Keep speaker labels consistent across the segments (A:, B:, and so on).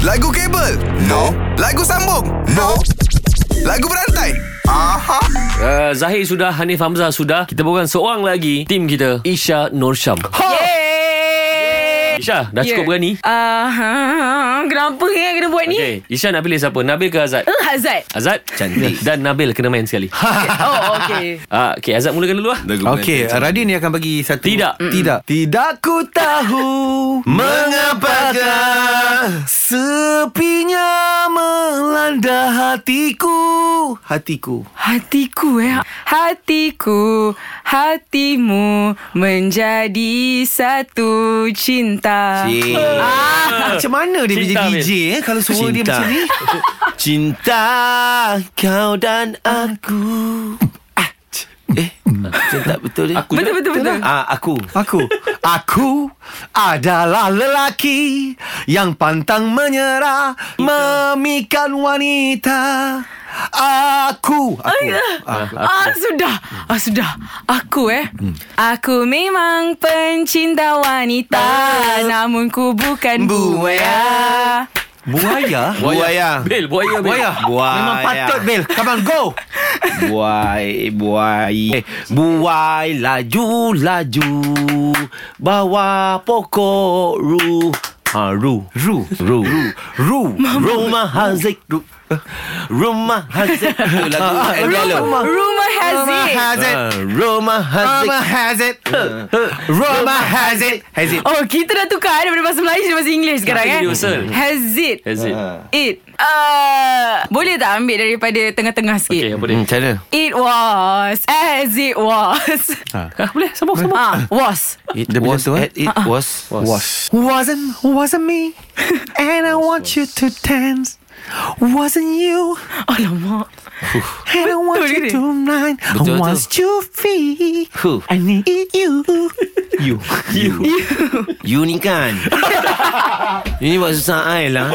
A: Lagu kabel? No. Lagu sambung? No. Lagu berantai? Aha.
B: Uh, Zahir sudah, Hanif Hamzah sudah. Kita borang seorang lagi. Tim kita, Isha Norsham.
C: Yeay.
B: Isha, dah yeah. cukup berani?
C: Ah, uh, kenapa eh kena buat ni? Okay.
B: Okay, Isha nak pilih siapa? Nabil ke Azad?
C: Uh, Hazat.
B: Azad, cantik. Ha! Dan Nabil kena main sekali.
C: Oh, okey.
B: Uh, okay, Azad mulakan dulu lah.
A: Lagu
D: Okey, Radin ni akan bagi satu
B: Tidak. Mm-mm.
D: Tidak Tidak ku tahu Mengapakah Sepinya melanda hatiku Hatiku
C: Hatiku eh Hatiku Hatimu Menjadi satu cinta
D: Ah, macam mana dia
B: Cinta,
D: jadi DJ eh kalau suara dia
E: Cinta.
D: macam ni? Cinta kau dan aku. Ah, c- Eh, macam tak betul dia. Aku
C: Betul betul betul
D: Ah, aku. Aku. aku adalah lelaki yang pantang menyerah memikan wanita. Aku. Aku. aku.
C: Ah sudah Ah sudah Aku eh
B: Hmm.
C: Aku memang pencinta wanita
B: Ah.
C: Namun ku bukan buaya
B: ya.
D: Buaya.
E: Buaya.
B: Bil, buaya, Bil.
D: Buaya.
E: Buaya.
D: Memang patut, Bil. Come on, go.
E: Buai Buai Eh, Buai laju laju Bawa pokok ru Ha ru
D: Ru.
E: Ru Ru
D: Ru.
E: Rumah Haziq Ru Rumah Haziq Ha, Itu lagu Ed
B: Ya,
E: Gallo.
C: Rumah, rumah
D: Rumah
C: Haziq
D: has it.
E: Ah, Rumah Haziq Ha.
D: Roma has it. Roma has it. Has it.
C: Oh kita dah tukar eh, Daripada bahasa Melayu Jadi bahasa Inggeris sekarang
B: Kita
C: eh
B: jadi usul.
C: Hazit
B: Azad.
E: Ha.
C: It uh, Boleh tak ambil daripada Tengah-tengah sikit
B: Okay, apa
E: Hmm,
B: dia?
D: Macam mana?
C: It was as it was.
B: Ah, boleh, sambung, sambung.
C: Ah, was.
D: It Dia was
E: eh?
D: at it
E: Ha,
D: was was wasn't wasn't me, and I want you to dance. Wasn't you,
C: Alamak.
D: and I want
C: Betul
D: you
C: ke?
D: tonight. I
E: betul.
D: want you free.
E: Huh.
D: I need you.
E: You You You ni kan You ni buat susah I lah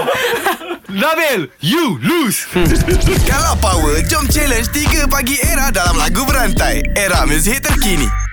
D: Nabil, you lose.
A: Kalau power, jom challenge 3 pagi era dalam lagu berantai. Era muzik terkini.